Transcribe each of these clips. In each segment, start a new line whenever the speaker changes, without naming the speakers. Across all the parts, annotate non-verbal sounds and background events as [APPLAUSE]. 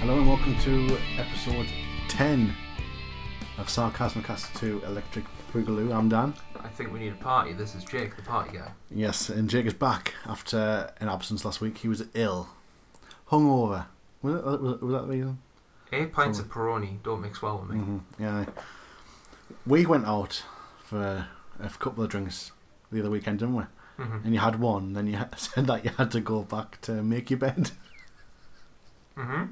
Hello and welcome to episode 10 of Sarcasmocast 2 Electric Boogaloo. I'm Dan.
I think we need a party. This is Jake, the party guy.
Yes, and Jake is back after an absence last week. He was ill, hungover. Was, it, was, it- was that the reason?
Eight Eh? pints of Peroni. Don't mix well with me.
hmm Yeah. We went out for a couple of drinks the other weekend, didn't we?
Mm-hmm.
And you had one, then you [LAUGHS] had, said that you had to go back to make your bed. [LAUGHS]
hmm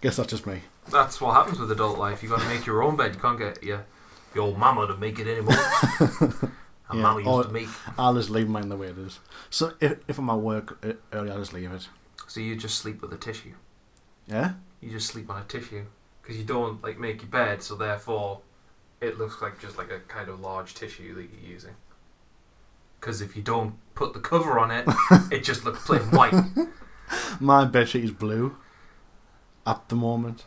Guess that's just me.
That's what happens with adult life. you got to make your own bed. You can't get your, your old mama to make it anymore. And
Yeah,
mama used
or-
to make.
I'll just leave mine the way it is. So if, if I'm at work uh, early, I'll just leave it.
So you just sleep with a tissue.
Yeah?
You just sleep on a tissue. Because you don't like make your bed, so therefore it looks like just like a kind of large tissue that you're using. Because if you don't put the cover on it, it just looks plain white.
My bedsheet is blue at the moment.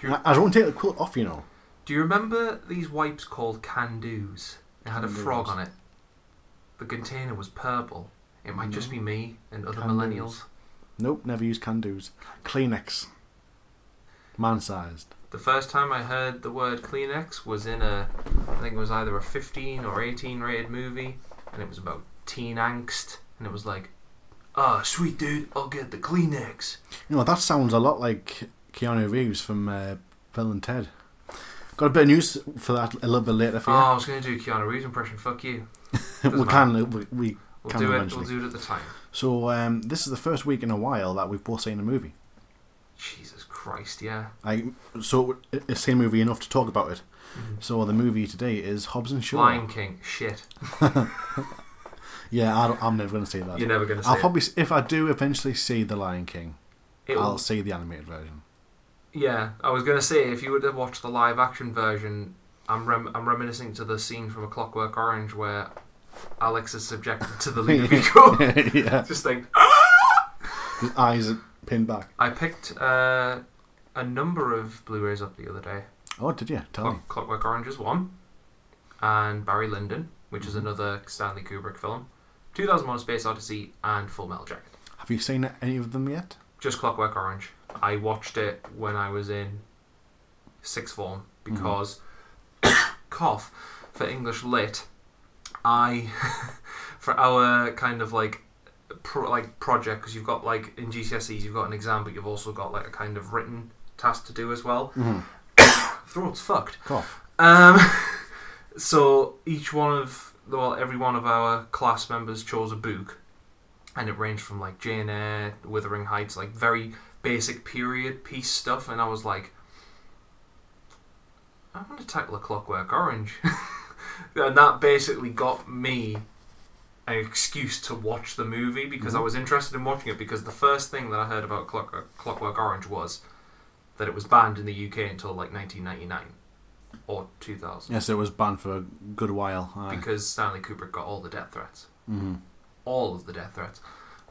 Do you-
I, I don't want to take the quilt off, you know.
Do you remember these wipes called Candoos? It had a
Can-Dos.
frog on it. The container was purple. It might just be me and other
Mm-hmm. Can-Dos.
millennials.
Nope, never use can do's. Kleenex. Man sized.
The first time I heard the word Kleenex was in a, I think it was either a 15 or 18 rated movie, and it was about teen angst, and it was like, ah, sweet dude, I'll get the Kleenex.
You know, that sounds a lot like Keanu Reeves from uh, Bill and Ted. Got a bit of news for that a little bit later for
Oh,
you.
I was going to do Keanu Reeves impression. Fuck you.
[LAUGHS]
doesn't
we can. We, we,
We'll
Can
do it.
eventually.
We'll do it at the time.
so, um, this is the first week in a while that we've both seen a movie.
Jesus Christ, yeah.
I So, it's seen a movie enough to talk about it.
Mhm.
So, the movie today is Hobbs and Shaw.
Lion King, shit.
Yeah, I don't, I'm never going to see that.
You're never going to see
I'll
it.
probably, s- if I do eventually see The Lion King,
It will
I'll see the animated version.
[LAUGHS] Yeah, I was gonna say if you were to watch the live action version, I'm rem- I'm reminiscing to the scene from A Clockwork Orange where Alex is subjected to
[LAUGHS]
the Ludovico.
yeah,
[LAUGHS] Just think,
his [LAUGHS] eyes are pinned back.
I picked uh, a number of Blu-rays up the other day.
Oh, did you? Tell me.
Clock- Clockwork Orange is one, and Barry Lyndon, which is
Mhm.
another Stanley Kubrick film, 2001: A Space Odyssey, and Full Metal Jacket.
Have you seen any of them yet?
Just Clockwork Orange. I watched it when I was in sixth form because [COUGHS] cough for English lit. I [LAUGHS] for our kind of like pro, like project because you've got like in GCSEs you've got an exam but you've also got like a kind of written task to do as well.
Mm-hmm.
Throat's fucked.
Cough.
Um, [LAUGHS] so each one of well, every one of our class members chose a book, and it ranged from like Jane Eyre, Wuthering Heights, like very basic period piece stuff. And I was like, I want to tackle a Clockwork Orange, [LAUGHS] and that basically got me an excuse to watch the movie because I was interested in watching it because the first thing that I heard about Clockwork, Clockwork Orange was that it was banned in the UK until like 1999 or 2000
Yes, it was banned for a good while. Aye.
because Stanley Kubrick got all the death threats,
Mhm.
all of the death threats.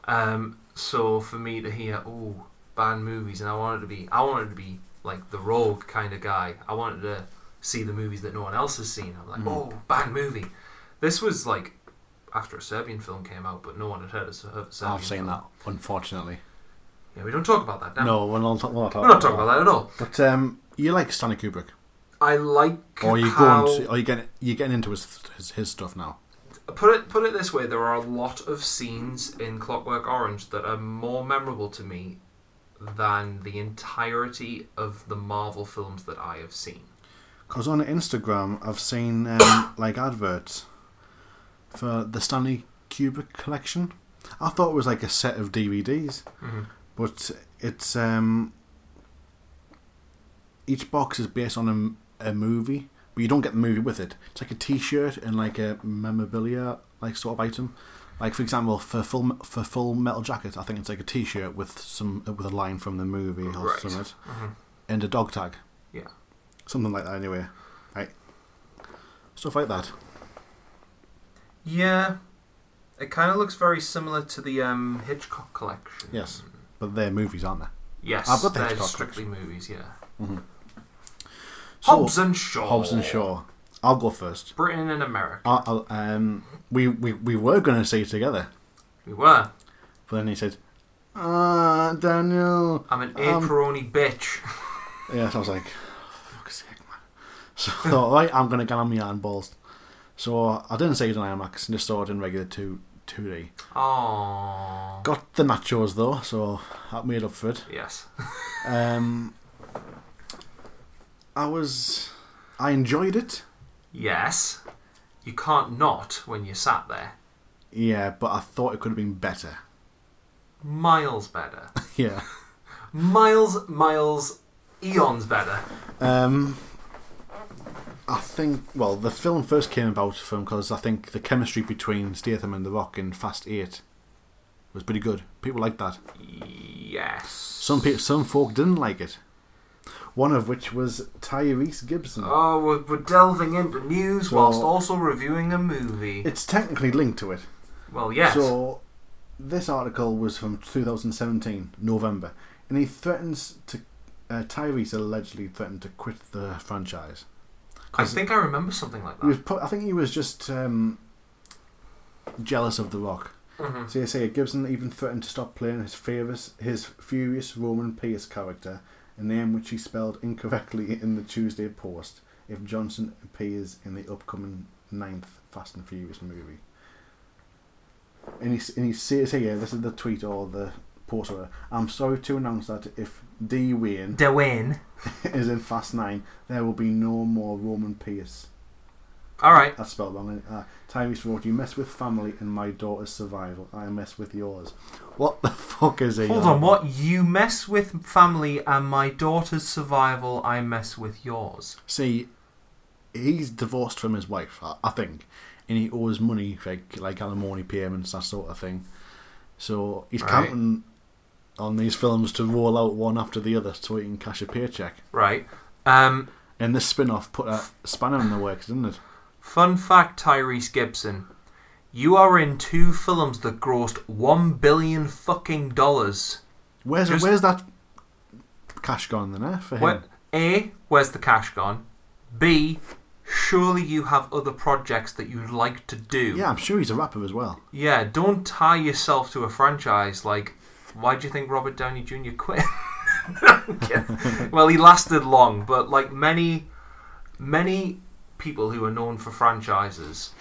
Um, so for me to hear, oh, banned movies, and I wanted to be, I wanted to be like the rogue kind of guy. I wanted to see the movies that no one else has seen. I'm like,
Mhm.
oh, banned movie. This was like after a Serbian film came out, but no one had heard of, Ser- of a Serbian.
I've seen
film.
that, unfortunately.
Yeah, we don't talk about that now.
No, we're not, we're not talking
We're not talking about that at all.
But um, you like Stanley Kubrick,
I like
or you
how...
going, to, or you getting, you getting into his, his his stuff now.
Put it put it this way: there are a lot of scenes in Clockwork Orange that are more memorable to me than the entirety of the Marvel films that I have seen.
Because on Instagram, I've seen um, [COUGHS] like adverts for the Stanley Kubrick collection. I thought it was like a set of DVDs,
Mhm.
but it's um, each box is based on a m- a, movie, but you don't get the movie with it. It's like a T-shirt and like a memorabilia like sort of item. Like for example, for full for Full Metal Jacket, I think it's like a T-shirt with some with a line from the movie or
Right.
something
Mhm.
and a dog tag.
Yeah.
Something like that, anyway. Right. Stuff like that.
Yeah, it kind of looks very similar to the um, Hitchcock collection.
Yes. but they're movies, aren't they?
Yes,
I've got the
they're
Hitchcock
strictly movies. Yeah,
So-
Hobbs and Shaw.
Hobbs and Shaw. I'll go first.
Britain and America.
I- I'll, um, we, we we were going to say it together,
We were.
but then he said, "Ah, Daniel."
I'm an
Um,
aperoni bitch. [LAUGHS]
Yeah, so I was like, "Fuck's sake, man!" So I thought, right, I'm going to get on my iron balls. So I didn't say it in IMAX, and just saw it in regular two two D.
Oh.
Got the nachos though, so that made up for it.
Yes. [LAUGHS]
Um, I was, I enjoyed it.
Yes. You can't not when you sat there.
Yeah, but I thought it could have been better. [LAUGHS]
Miles better.
yeah.
Miles, miles, eons better.
Um, I think well, the film first came about from because I think the chemistry between Statham and The Rock in Fast Eight was pretty good. People liked that.
Yes.
Some people, some folk didn't like it. One of which was Tyrese Gibson.
Oh, we're, we're delving into news
So-
whilst also reviewing a movie.
It's technically linked to it.
Well, yes.
So, this article was from 2017, November, and he threatens to. Uh, Tyrese allegedly threatened to quit the franchise.
I think I remember something like
He was,
that.
pro- I think he was just um, jealous of The Rock.
Mhm.
So you say Gibson even threatened to stop playing his furious, his furious Roman Pierce character, a name which he spelled incorrectly in the Tuesday Post, if Johnson appears in the upcoming ninth Fast and Furious movie. And he, s- and he says here, this is the tweet or the post, or whatever, I'm sorry to announce that if D. Wayne [LAUGHS]
DeWin.
is in Fast 9, there will be no more Roman Pierce.
All right.
That's spelled wrong. Uh, Tyrese wrote, "You mess with family and my daughter's survival. I mess with yours." What the [LAUGHS] fuck is he?
Hold on. What you mess with family and my daughter's survival, I mess with yours.
See, he's divorced from his wife, I, I think, and he owes money like like alimony payments that sort of thing. So he's
Right.
counting on these films to roll out one after the other so he can cash a paycheck.
Right. Um.
And this spin-off put a spanner in the works, didn't it?
Fun fact, Tyrese Gibson. You are in two films that grossed one billion fucking dollars.
Where's
Just-
where's that cash gone then? Eh, for him?
Where, A, where's the cash gone? B, surely you have other projects that you'd like to do.
Yeah, I'm sure he's a rapper as well.
Yeah, don't tie yourself to a franchise. Like, why do you think Robert Downey Jr. quit? [LAUGHS] I'm kidding. well, he lasted long, but like many, many people who are known for franchises,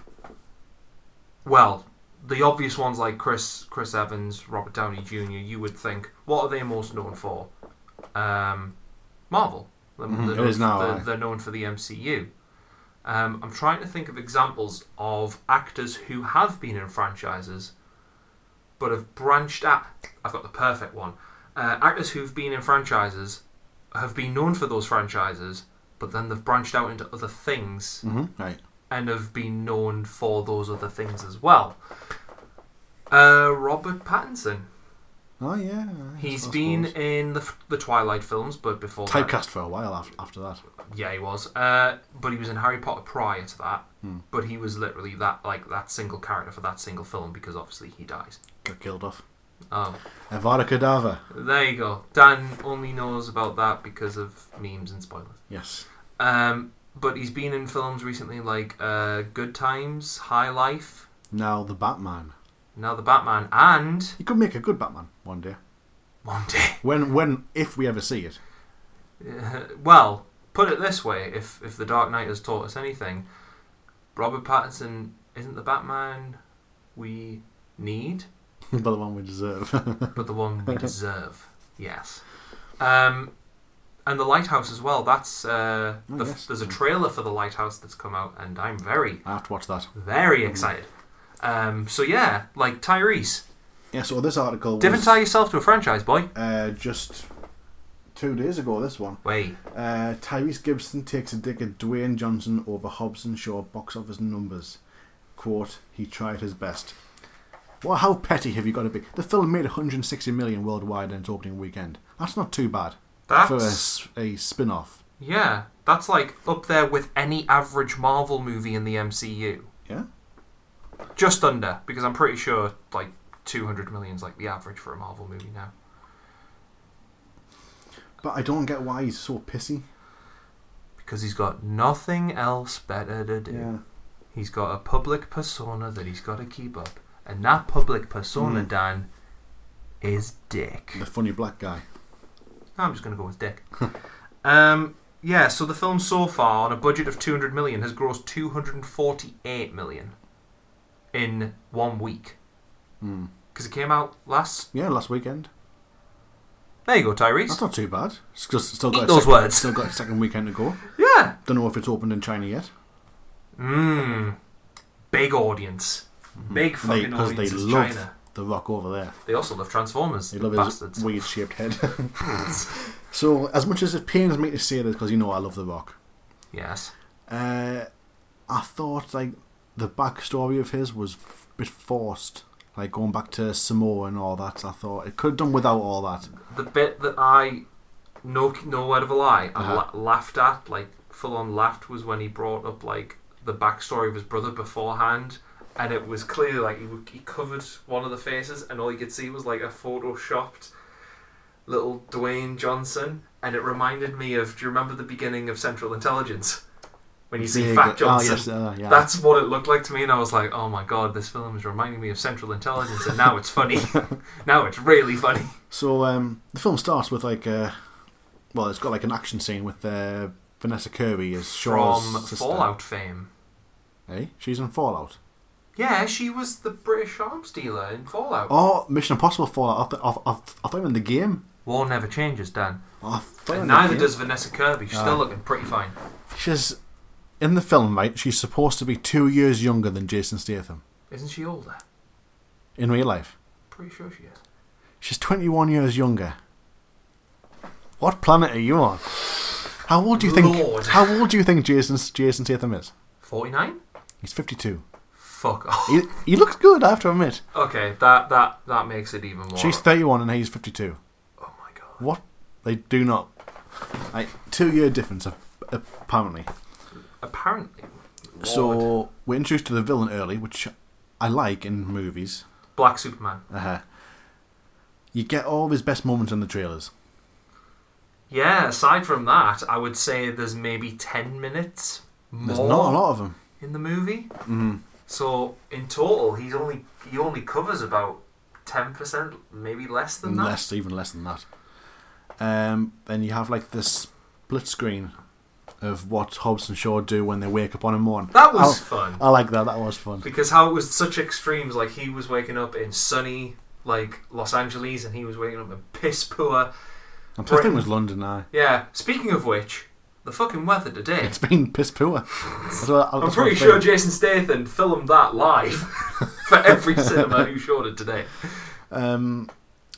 well, the obvious ones like Chris, Chris Evans, Robert Downey Jr. You would think, what are they most known for? Um, Marvel. They're,
Mhm,
they're
it
known
is
for-
now,
they're-
aye.
they're known for the MCU. Um, I'm trying to think of examples of actors who have been in franchises but have branched out. I've got the perfect one. Uh, actors who've been in franchises have been known for those franchises, but then they've branched out into other things
Mm-hmm. Right.
and have been known for those other things as well. Uh, Robert Pattinson.
Oh yeah,
He's
I
been
suppose.
in the, the Twilight films, but before that-
typecast for a while after, after that.
yeah, he was. Uh, but he was in Harry Potter prior to that.
Hmm.
But he was literally that like that single character for that single film because obviously he dies.
Got killed off.
Oh,
Avada Kedavra.
there you go. Dan only knows about that because of memes and spoilers.
Yes.
Um, but he's been in films recently like uh, Good Times, High Life,
Now the Batman.
now the Batman, and
He could make a good Batman one day.
one day. [LAUGHS]
When, when, if we ever see it. [LAUGHS]
Uh, well, put it this way: if if the Dark Knight has taught us anything, Robert Pattinson isn't the Batman we need.
but the one we deserve. [LAUGHS]
but the one we deserve. Yes. Um, and the lighthouse as well. That's uh,
Oh,
the,
yes.
there's a trailer for the lighthouse that's come out, and I'm very
I have to watch that.
very
Mm-hmm.
excited. Um, so yeah, like Tyrese,
Yeah. So this article
didn't
was
tie yourself to a franchise, boy.
uh, just two days ago. This one.
Wait,
Uh, Tyrese Gibson takes a dig at Dwayne Johnson over Hobbs and Shaw box office numbers. Quote: He tried his best. Well, how petty have you got to be? The film made 160 million worldwide in its opening weekend. That's not too bad for a,
that's
s- a spin-off.
yeah, that's like up there with any average Marvel movie in the MCU.
Yeah.
Just under, because I'm pretty sure like 200 million's like the average for a Marvel movie now.
But I don't get why he's so pissy.
because he's got nothing else better to do.
Yeah.
He's got a public persona that he's got to keep up, and that public persona,
Mm.
Dan, is Dick.
The funny black guy.
I'm just going to go with Dick. [LAUGHS] um, yeah, so the film so far, on a budget of 200 million, has grossed 248 million in one week
Hmm.
because it came out last.
Yeah, last weekend.
There you go, Tyrese.
That's not too bad. It's just, still
Eat
got a
those
second,
words.
Still got a second weekend to go.
Yeah.
Don't know if it's opened in China yet.
Mmm. Big audience. Big fucking
Because
audience.
Hmm. they,
is
love
China.
the rock over there.
They also love Transformers.
They
the
love
bastards.
his weird shaped head. [LAUGHS] so, as much as it pains me to say this, because you know I love the rock,
Yes.
uh, I thought like the backstory of his was a bit forced. Like going back to Samoa and all that, I thought it could have done without all that.
The bit that I, no, no word of a lie, I
Uh-huh.
la- laughed at, like full on laughed, was when he brought up like the backstory of his brother beforehand, and it was clearly like he, w- he covered one of the faces, and all you could see was like a photoshopped little Dwayne Johnson, and it reminded me of. Do you remember the beginning of Central Intelligence when you see
Big-
Fat
ah,
Johnson?
yes, uh, yeah.
That's what it looked like to me, and I was like, "Oh my god, this film is reminding me of Central Intelligence." And now
[LAUGHS]
it's funny. now it's really funny.
So um, the film starts with like a, well, it's got like an action scene with uh, Vanessa Kirby as Shaw's
From
sister.
Fallout fame.
Eh? She's in Fallout.
Yeah, she was the British arms dealer in Fallout.
Oh, Mission Impossible Fallout. I, th- I, I, I thought you were in the game.
War never changes, Dan.
I thought you were
And
in the
neither
game.
does Vanessa Kirby. She's
Ah.
still looking pretty fine.
She's in the film, right? She's supposed to be two years younger than Jason Statham
Isn't she older?
in real life.
Pretty sure she is.
She's 21 years younger. What planet are you on? How old do you think?
Lord.
How old do you think Jason Jason Statham is?
Forty-nine.
He's 52.
Fuck off.
He, he looks good. I have to admit.
Okay, that that that makes it even more.
She's 31 and he's 52.
oh my god.
What? They do not. Like two year difference ap- apparently.
Apparently. Lord.
So we're introduced to the villain early, which I like in movies.
Black Superman.
Uh-huh. You get all of his best moments in the trailers.
Yeah. Aside from that, I would say there's maybe ten minutes more
There's not a lot of them.
in the movie.
Mm.
So in total, he's only he only covers about ten percent, maybe less than that.
Less, even less than that. Um, then you have like this split screen of what Hobbs and Shaw do when they wake up on a morning.
That was
Oh.
fun
I like that. That was fun.
because how it was such extremes. Like he was waking up in sunny like Los Angeles, and he was waking up in piss poor.
I'm I think it was London. I.
Yeah. Speaking of which, the fucking weather today.
It's been [LAUGHS] piss poor. That's what-
I'm
that's what
pretty
I
sure
think.
Jason Statham filmed that live [LAUGHS] for every cinema who showed it today.
Um,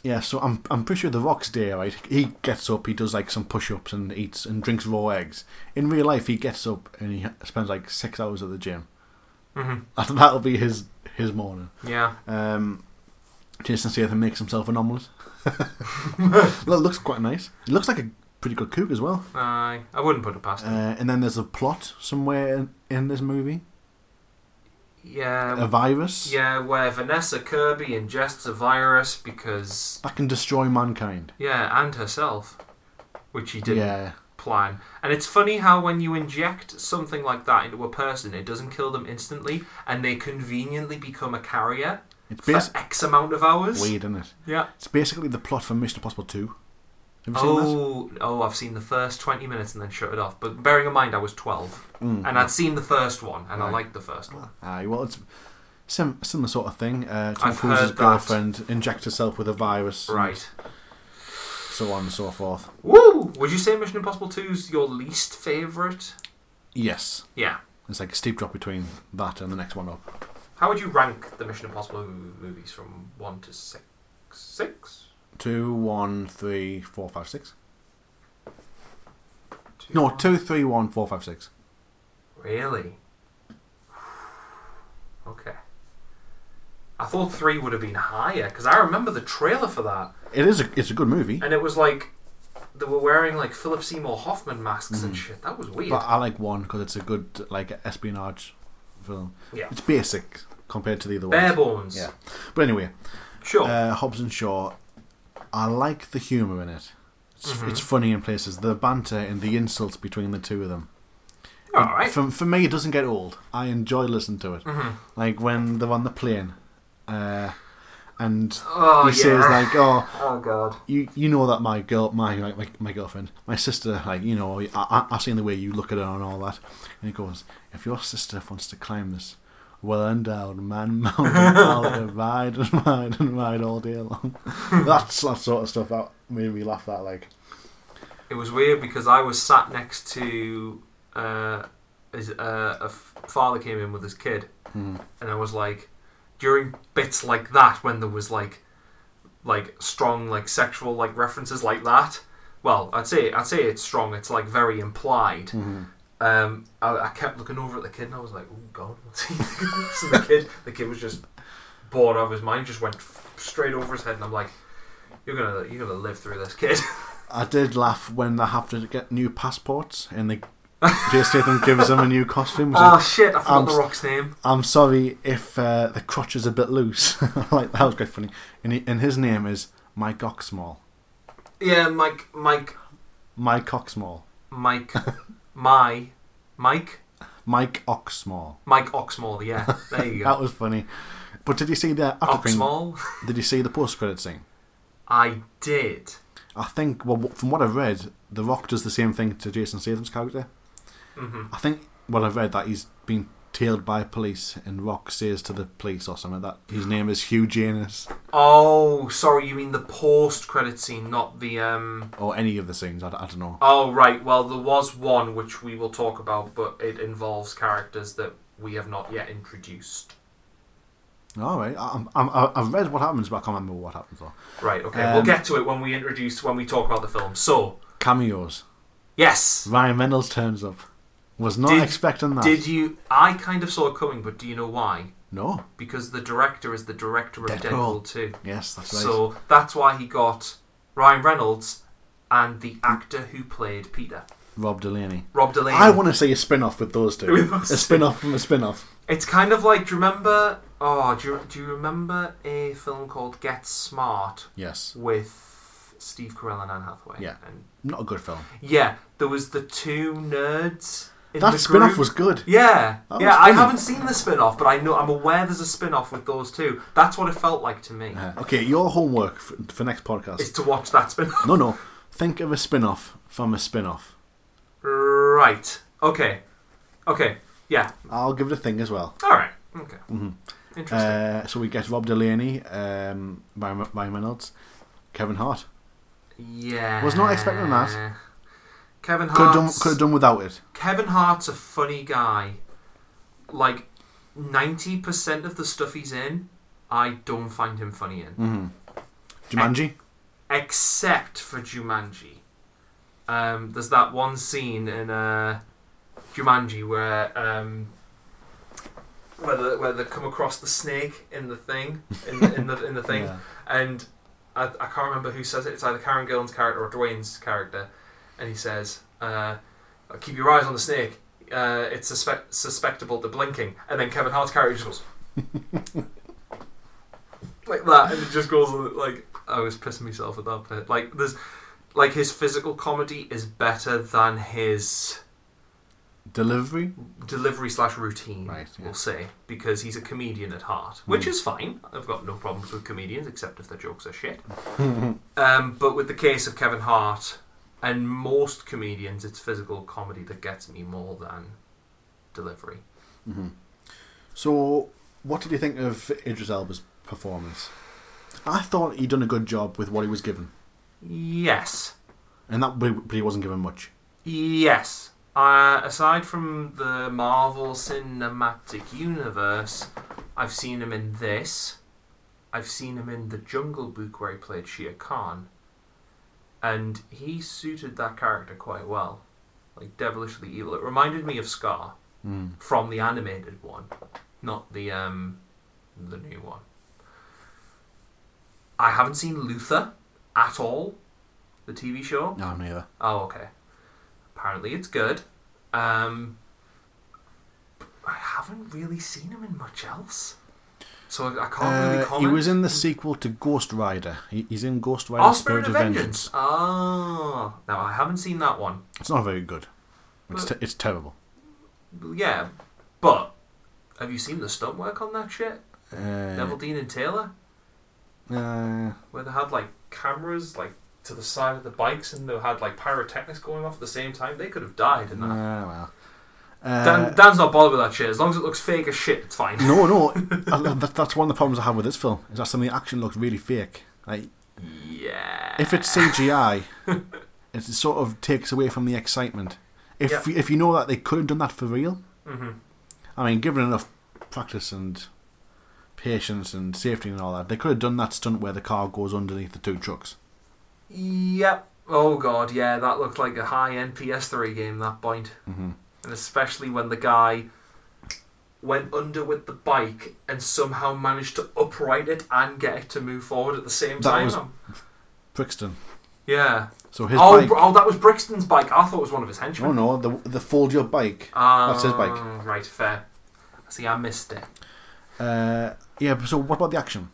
yeah, so I'm I'm pretty sure The Rock's day, right? He gets up, he does like some push-ups and eats and drinks raw eggs. In real life, he gets up and he spends like six hours at the gym.
hmm
That- [LAUGHS] That'll be his his morning.
Yeah.
Um, Jason Statham makes himself an [LAUGHS] omelette. Look, looks quite nice. It looks like a pretty good cook as well.
I I wouldn't put it past him.
Uh, and then there's a plot somewhere in, in this movie,
Yeah.
a virus
Um, Yeah, where Vanessa Kirby ingests a virus because
that can destroy mankind.
yeah, and herself, which she didn't
Yeah,
plan. And it's funny how when you inject something like that into a person, it doesn't kill them instantly, and they conveniently become a carrier
it's
for
basically
X amount of hours.
weird, isn't it?
Yeah.
It's basically the plot for Mission Impossible 2. Have you seen
Oh, oh, I've seen the first twenty minutes and then shut it off. But bearing in mind, I was twelve,
that? Mm.
and I'd seen the first one, and I
Right.
liked the first one.
Aye, well, it's sim- similar sort of thing. Uh, Tom
I've
Cruise's
heard that.
girlfriend injects herself with a virus, and
Right.
so on and so forth.
Woo! Would you say Mission Impossible 2's your least favorite?
Yes,
Yeah.
it's like a steep drop between that and the next one up.
How would you rank the Mission Impossible mo- movies from one to six? Six?
Two, one, three, four, five, six.
Two,
No,
one?
two, three, one, four, five, six.
Really? [SIGHS] Okay. I thought three would have been higher because I remember the trailer for that,
It is a, it's a good movie,
and it was like they were wearing like Philip Seymour Hoffman masks and shit. That was weird.
Hmm. but I like one because it's a good like espionage film.
yeah.
It's basic compared to the other
Bare
ones.
bones.
Yeah, Uh, but anyway,
Sure.
uh, Hobbs and Shaw. I like the humour in it. It's It's,
Mm-hmm.
it's funny in places. The banter and the insults between the two of them.
All right.
For, for me, it doesn't get old. I enjoy listening to it.
Mhm.
Like when they're on the plane, uh, and
Oh
he
yeah.
says like, "Oh,
oh god.
you you know that my girl, my my, my, my girlfriend, my sister, like you know, I, I I've seen the way you look at her and all that." And he goes, "If your sister wants to climb this." Well endowed man [LAUGHS] mountain,
[LAUGHS]
I'll ride and ride and ride all day long. [LAUGHS] That's that sort of stuff that made me laugh. That like,
It was weird because I was sat next to uh, his, uh, a f- father came in with his kid,
hmm.
and I was like, during bits like that when there was like, like strong like sexual like references like that. Well, I'd say I'd say it's strong. It's like very implied.
Mhm.
Um, I, I kept looking over at the kid and I was like, "Oh God!" What's he [LAUGHS] thinking?" so the kid, the kid was just bored out of his mind, just went f- straight over his head, and I'm like, "You're gonna, you're gonna live through this, [LAUGHS] kid."
I did laugh when they have to get new passports and they Jason Statham gives them a new costume. He's
oh
like,
shit! I forgot
I'm
the
s-
rock's name.
I'm sorry if uh, the crotch is a bit loose. [LAUGHS] like that was quite funny. And, he, and his name is Mike Oxmall.
Yeah, Mike, Mike,
Mike Oxmall.
Mike, [LAUGHS] my, Mike,
Mike Oxmall.
Mike Oxmall. Yeah, there you go.
That was funny. But did you see the after credit-
Oxmall.
Did you see the post credit scene?
I did.
I think well, from what I've read, The Rock does the same thing to Jason Statham's character.
hmm
I think what I've read that he's been tailed by police, and Rock says to the police or something that his name is Hugh Janus.
Oh, sorry, you mean the post-credit scene, not the um.
or any of the scenes. I, I don't know.
Oh right, well there was one which we will talk about, but it involves characters that we have not yet introduced. Oh.
All right, I, I'm, I'm, I've read what happens, but I can't remember what happens. Though.
Right, okay,
Um,
we'll get to it when we introduce when we talk about the film. So,
Cameos.
yes,
Ryan Reynolds turns up. Was not
Did-
expecting that.
did you? I kind of saw it coming, but do you know why?
No.
Because the director is the director of
Deadpool.
Deadpool, too.
Yes, that's right.
So that's why he got Ryan Reynolds and the actor who played Peter,
Rob Delaney.
Rob Delaney.
I want to see a spin-off with those two.
[LAUGHS] With those
a spin-off from a spin-off.
It's kind of like, do you remember? Oh, do you, do you remember a film called Get Smart
Yes.
with Steve Carell and Anne Hathaway.
Yeah.
and
Not a good film.
yeah. There was the two nerds. In
That
the
spin-off
group.
was good.
Yeah,
That
yeah.
was
I
funny.
haven't seen the spin-off, but I know I'm aware there's a spin-off with those two. That's what it felt like to me.
Uh, okay, your homework for, for next
Is
podcast.
to watch that spin-off. [LAUGHS]
No, no. Think of a spin-off from a spin-off.
right. Okay. Okay. Yeah.
I'll give it a thing as well.
All right. Okay.
Mhm.
Interesting.
Uh, so we get Rob Delaney, um, Ryan, Ryan Reynolds, Kevin Hart.
yeah.
Uh, was not expecting that.
Kevin
Could have
Hart.
done, could have done without it.
Kevin Hart's a funny guy. Like ninety percent of the stuff he's in, I don't find him funny in.
Mm-hmm. Jumanji.
except for Jumanji. Um, there's that one scene in uh, Jumanji where um, where, the, where they come across the snake in the thing in the in the, in the
[LAUGHS]
thing,
Yeah.
and I, I can't remember who says it. It's either Karen Gillan's character or Dwayne's character, and he says, uh, "Keep your eyes on the snake. Uh, it's suspe- suspectable to blinking." And then Kevin Hart's character just goes [LAUGHS] like that, and it just goes on, like I was pissing myself at that bit. Like there's like his physical comedy is better than his
Delivery.
delivery slash routine.
Right, yeah.
We'll say because he's a comedian at heart, which
Hmm.
is fine. I've got no problems with comedians except if their jokes
[LAUGHS]
are shit. Um, but with the case of Kevin Hart and most comedians, it's physical comedy that gets me more than delivery.
hmm So, what did you think of Idris Elba's performance? I thought he'd done a good job with what he was given,
Yes.
and that but he wasn't given much.
Yes. Uh, aside from the Marvel Cinematic Universe, I've seen him in this. I've seen him in The Jungle Book where he played Shere Khan. And he suited that character quite well. Like, devilishly evil. It reminded me of Scar
Mm.
from the animated one, not the, um, the new one. I haven't seen Luther at all, the TV show.
No, neither.
Oh, okay. Apparently it's good. Um, I haven't really seen him in much else. So I can't really
Uh, he
comment.
was in the sequel to Ghost Rider. He, he's in Ghost Rider:
Oh,
Spirit, of Vengeance.
Ah, now I haven't seen that one.
It's not very good. It's te- it's terrible.
Yeah, but have you seen the stunt work on that shit? Neville
Uh,
Dean and Taylor,
uh,
where they had like cameras like to the side of the bikes and they had like pyrotechnics going off at the same time. They could have died in that.
nah, well. Uh,
Dan, Dan's not bothered with that shit. As long as it looks fake as shit,
[LAUGHS]
it's fine.
no, no. I- that, that's one of the problems I have with this film. Is that some of the action looks really fake. Like
Yeah.
if it's
[LAUGHS]
CGI, it sort of takes away from the excitement. If
Yeah.
if you know that they could have done that for real,
hmm
I mean, given enough practice and patience and safety and all that, they could have done that stunt where the car goes underneath the two trucks.
Yep. Oh god, yeah, that looked like a high end PS3 game. That point,
Mm-hmm.
and especially when the guy went under with the bike and somehow managed to upright it and get it to move forward at the same
That
time.
was- Brixton.
Yeah.
So his
Oh,
bike.
br- oh, that was Brixton's bike. I thought it was one of his
oh
henchmen.
no, the the fold your bike.
Ah,
Oh, that's his bike.
Right, fair. See, I missed it.
Uh, yeah. but So what about the action?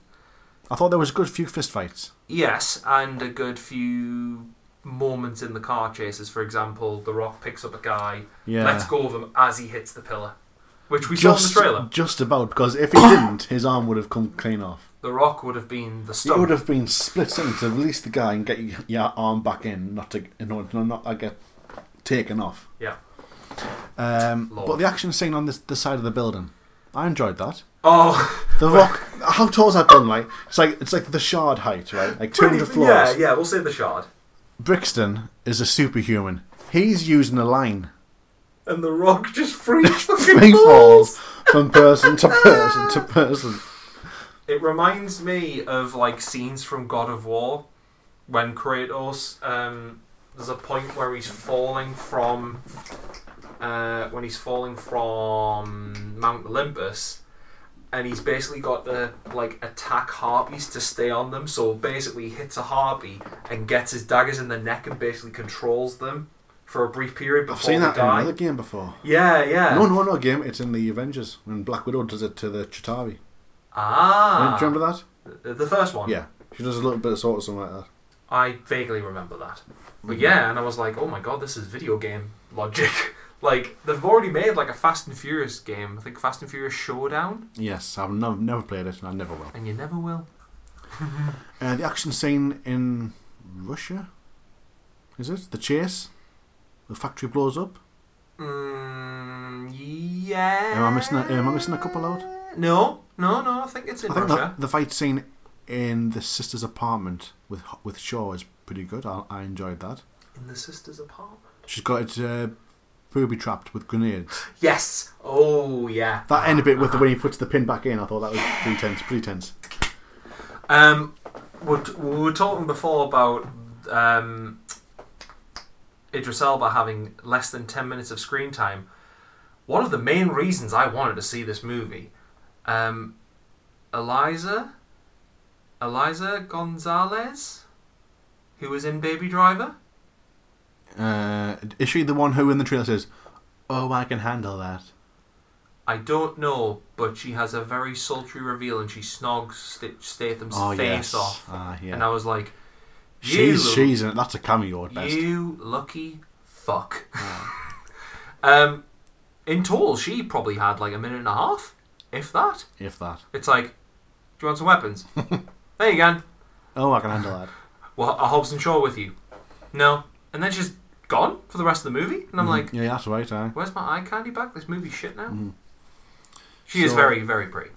I thought there was a good few fist fights.
Yes, and a good few moments in the car chases. For example, The Rock picks up a guy,
Yeah.
lets go of him as he hits the pillar, which we
just,
saw in the trailer.
just about because if he [COUGHS] didn't, his arm would have come clean off.
The Rock would have been the
It would
stump.
have been split second to release the guy and get your, your arm back in, not to in order to not uh, get taken off.
Yeah.
Um,
Lord.
but the action scene on this the side of the building, I enjoyed that.
Oh,
The rock, how tall is that building? Like it's like it's like the shard height, right? Like two
pretty,
hundred floors.
[LAUGHS] yeah, yeah. We'll say the shard.
Brixton is a superhuman. He's using a line.
And The Rock just free
He [LAUGHS]
fucking
falls
falls.
from person to person
[LAUGHS]
to person.
It reminds me of like scenes from God of War when Kratos. Um, there's a point where he's falling from uh, when he's falling from Mount Olympus, and he's basically got to like attack harpies to stay on them. So basically, he hits a harpy and gets his daggers in the neck and basically controls them for a brief period before
I've seen
they
that in
die.
another game before.
Yeah, yeah.
No, no, no game. It's in the Avengers when Black Widow does it to the Chitauri.
Ah,
Do you remember that?
the the first one.
Yeah, she does a little bit of sort of something like that.
I vaguely remember that. But yeah, and I was like, oh my god, this is video game logic. [LAUGHS] like, they've already made like a Fast and Furious game. I think Fast and Furious Showdown,
Yes, I've never, never played it, and I never will.
and you never will.
Uh, the action scene in Russia, is it the chase? The factory blows up.
Mm, yeah.
Am I missing a- am I missing a couple out?
No, no, no. I think it's in
I think
Russia.
that, the fight scene in the sister's apartment with with Shaw is pretty good. I, I enjoyed that.
In the sister's apartment.
She's got it uh, booby trapped with grenades.
Yes. Oh yeah.
That end bit with the when he puts the pin back in, I thought that was pretty tense. Pretty tense.
Um, we're, we were talking before about um, Idris Elba having less than 10 minutes of screen time. One of the main reasons I wanted to see this movie, um, Eliza, Eliza Gonzalez, who was in Baby Driver.
Uh, is she the one who in the trailer says, "Oh, I can handle that"?
I don't know, but she has a very sultry reveal and she snogs St- Statham's
oh
face
yes.
off.
Ah,
And
yeah.
I was like, you
She's she's in it. That's a cameo at best.
You lucky fuck. [LAUGHS] um, in total, she probably had like a minute and a half, if that.
If that.
It's like, do you want some weapons? there you go.
Oh, I can handle that.
Well, are Hobbs and Shaw with you? No. And then she's gone for the rest of the movie, and I'm like,
Mm-hmm. yeah, that's right. Aye.
where's my eye candy back? This movie's shit now. She is
So-
very, very pretty.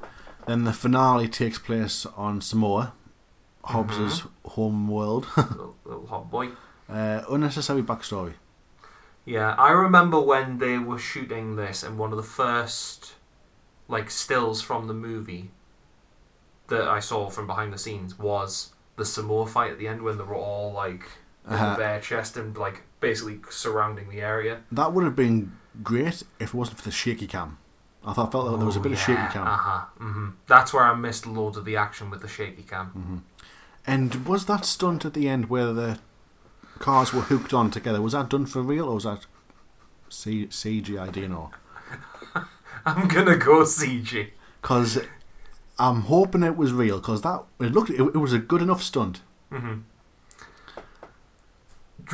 Then the finale takes place on Samoa, Hobbs's
Mm-hmm.
home world. [LAUGHS]
little, little hot boy.
uh, unnecessary backstory.
Yeah, I remember when they were shooting this, and one of the first, like, stills from the movie that I saw from behind the scenes was the Samoa fight at the end when they were all like in
Uh-huh.
the bare chest and like basically surrounding the area.
That would have been great if it wasn't for the shaky cam. I thought I felt that Oh, there was a bit of shaky cam.
Uh huh. hmm That's where I missed loads of the action with the shaky cam.
Mm-hmm.
[LAUGHS]
And was that stunt at the end where the cars were hooked on together? Was that done for real or was that C- CGI? Do you know?
I'm gonna go CG.
Because I'm hoping it was real because that it looked it, it was a good enough stunt.
Do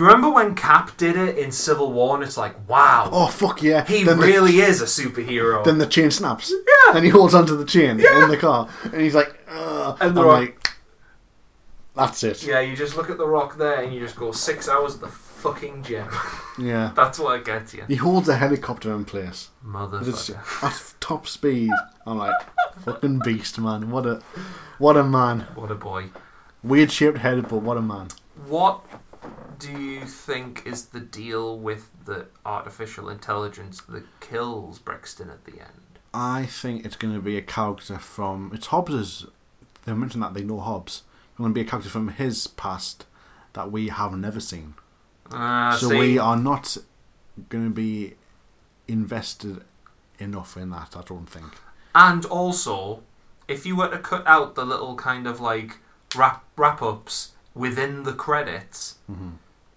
you remember when Cap did it in Civil War? And it's like, wow,
Oh fuck yeah!
he
Then the-
really is a superhero.
Then the chain snaps. Yeah. Then he holds onto the chain in the car, and he's like, Ugh.
And
and
they're
I'm
all-
like, that's it.
yeah, you just look at the rock there and you just go six hours at the fucking gym. [LAUGHS]
Yeah.
That's what it gets you,
He holds a helicopter in place But it's
motherfucker.
at top speed. I'm like, fucking beast, man. What a, what a man.
What a boy.
Weird shaped head, but what a man.
What do you think is the deal with the artificial intelligence that kills Brixton at the end?
I think it's going to be a character from it's Hobbs's. They mentioned that they know Hobbs. It's going to be a character from his past that we have never seen.
Uh,
so
see,
we are not going to be invested enough in that. I don't think.
And also, if you were to cut out the little kind of like wrap wrap ups within the credits,
Mm-hmm.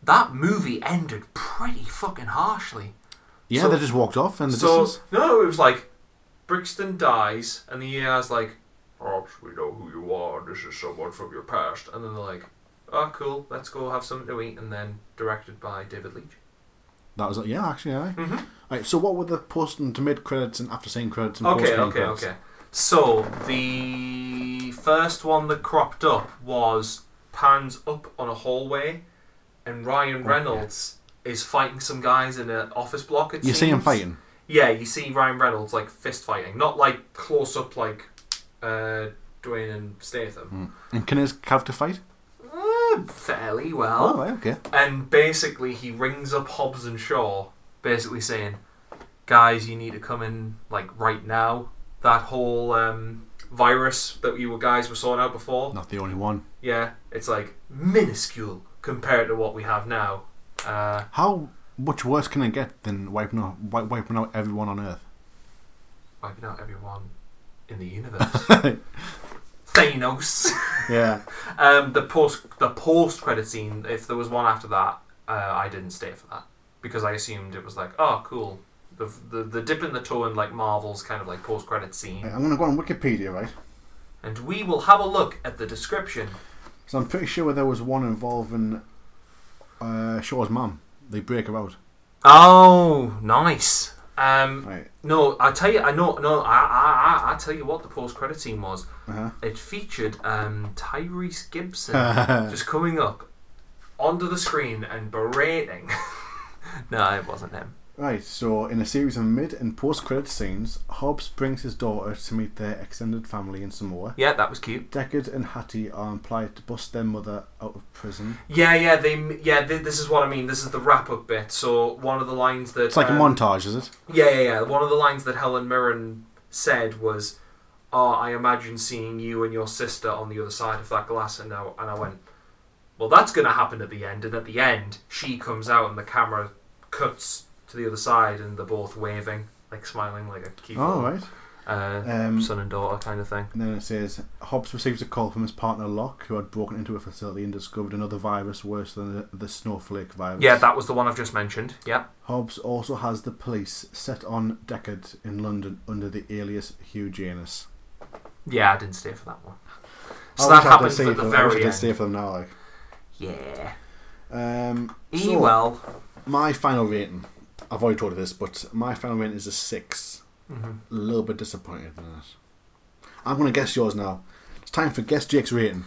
that movie ended pretty fucking harshly.
Yeah,
So-
they just walked off in the
so
distance.
no, it was like Brixton dies, and the ER's like, "Perhaps we know who you are. This is someone from your past." And then they're like, "Oh, cool. Let's go have something to eat." And then directed by David Leitch.
That was it. Yeah, actually, yeah.
Mhm.
Right, so what were the post and to mid credits and after scene credits and post
Okay,
credits?
okay, okay. So the first one that cropped up was pans up on a hallway, and
Oh,
Ryan Reynolds is fighting some guys in an office block. It
You see him
seems.
fighting.
Yeah, you see Ryan Reynolds like fist fighting, not like close up like uh, Dwayne and Statham.
And can his character fight?
Uh, fairly
Oh,
well.
right, okay.
And basically, he rings up Hobbs and Shaw, basically saying, "Guys, you need to come in like right now. That whole um, virus that you guys were sorting out before,
Not the only one.
yeah, it's like minuscule compared to what we have now." Uh,
How much worse can it get than wiping out, wi- wiping out everyone on Earth?
wiping out everyone in
[LAUGHS]
the universe. Thanos. [LAUGHS]
Yeah.
Um, the post the post credit scene, if there was one after that, uh, I didn't stay for that because I assumed it was like, oh, cool, the the, the dip in the toe in like Marvel's kind of like post credit scene,
I'm going to go on Wikipedia, right?
and we will have a look at the description.
So I'm pretty sure there was one involving uh, Shaw's mum. They break her out.
Oh, nice. Um,
Right.
no, I tell you, I know, no, I I, I, I tell you what the post credit scene was.
Uh-huh.
It featured um, Tyrese [LAUGHS] Gibson
Uh,
just coming up onto the screen and berating. [LAUGHS] no, it wasn't him.
right, so in a series of mid and post credit scenes, Hobbs brings his daughter to meet their extended family in Samoa.
Yeah, that was cute.
Deckard and Hattie are implied to bust their mother out of prison.
Yeah, yeah, they, yeah. Th- this is what I mean. This is the wrap up bit. So one of the lines that
It's like
um,
a montage, is it?
Yeah, yeah, yeah. One of the lines that Helen Mirren said was, "Oh, I imagine seeing you and your sister on the other side of that glass," and I, and I went, "Well, that's going to happen at the end." And at the end, she comes out, and the camera cuts to the other side, and they're both waving, like smiling, like a cute
Oh,
little,
right.
uh,
Um,
son and daughter kind of thing.
And then it says Hobbs receives a call from his partner Locke, who had broken into a facility and discovered another virus worse than the, the snowflake virus.
Yeah, that was the one I've just mentioned. Yeah.
Hobbs also has the police set on Deckard in London under the alias Hugh Janus.
Yeah, I didn't stay for that one.
I wish
So that
I could
happens
stay
at
for-
the
I wish I
very
could
end.
stay for them now. Like.
Yeah.
Um,
E
so,
well.
my final rating. I've already told you this, but my final rating is a six. A little bit disappointed in that. I'm gonna guess yours now. It's time for guess Jake's rating.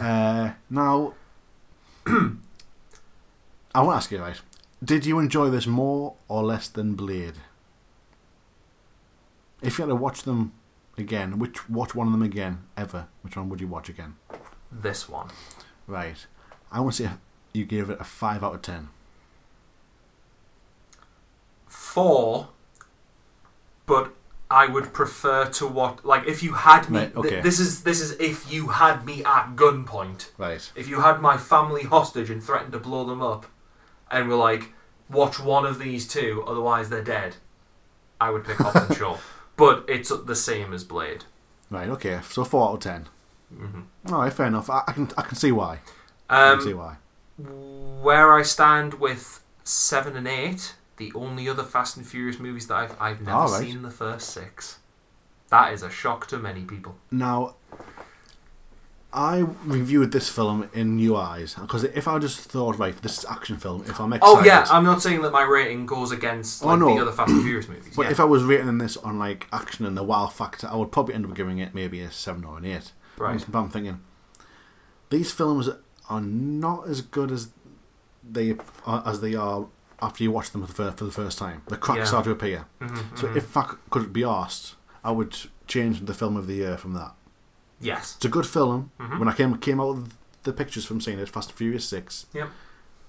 Uh, now, [CLEARS THROAT] I want to ask you, right? Did you enjoy this more or less than Blade? If you had to watch them again, which watch one of them again ever? Which one would you watch again?
This one.
Right. I want to say you gave it a five out of ten.
Four, but I would prefer to watch. Like, if you had me,
Right, okay.
this is this is if you had me at gunpoint.
Right.
If you had my family hostage and threatened to blow them up, and were like, watch one of these two, otherwise they're dead. I would pick Hobbs and
[LAUGHS]
Shaw, but it's the same as Blade.
Right. Okay. So four out of 10 Mm-hmm. All right. Fair enough. I, I can I can see why. I can see
Um,
why.
where I stand with seven and eight The only other Fast and Furious movies that I've I've never
All right.
seen the first six. That is a shock to many people.
Now, I reviewed this film in new eyes because if I just thought, right, this is action film, if I'm excited,
Oh yeah, I'm not saying that my rating goes against
Oh,
like,
no.
the other Fast and [CLEARS THROAT] Furious movies.
but
yeah.
if I was rating this on like action and the wow factor, I would probably end up giving it maybe a seven or an eight.
Right.
But I'm thinking these films are not as good as they uh, as they are after you watch them for the first, for the first time. The cracks
Yeah.
start to appear.
Mhm,
So
mhm.
if I c- could be asked, I would change the film of the year from that.
yes,
It's a good film.
Mhm.
When I came came out of the pictures from seeing it, Fast and Furious Six,
Yep.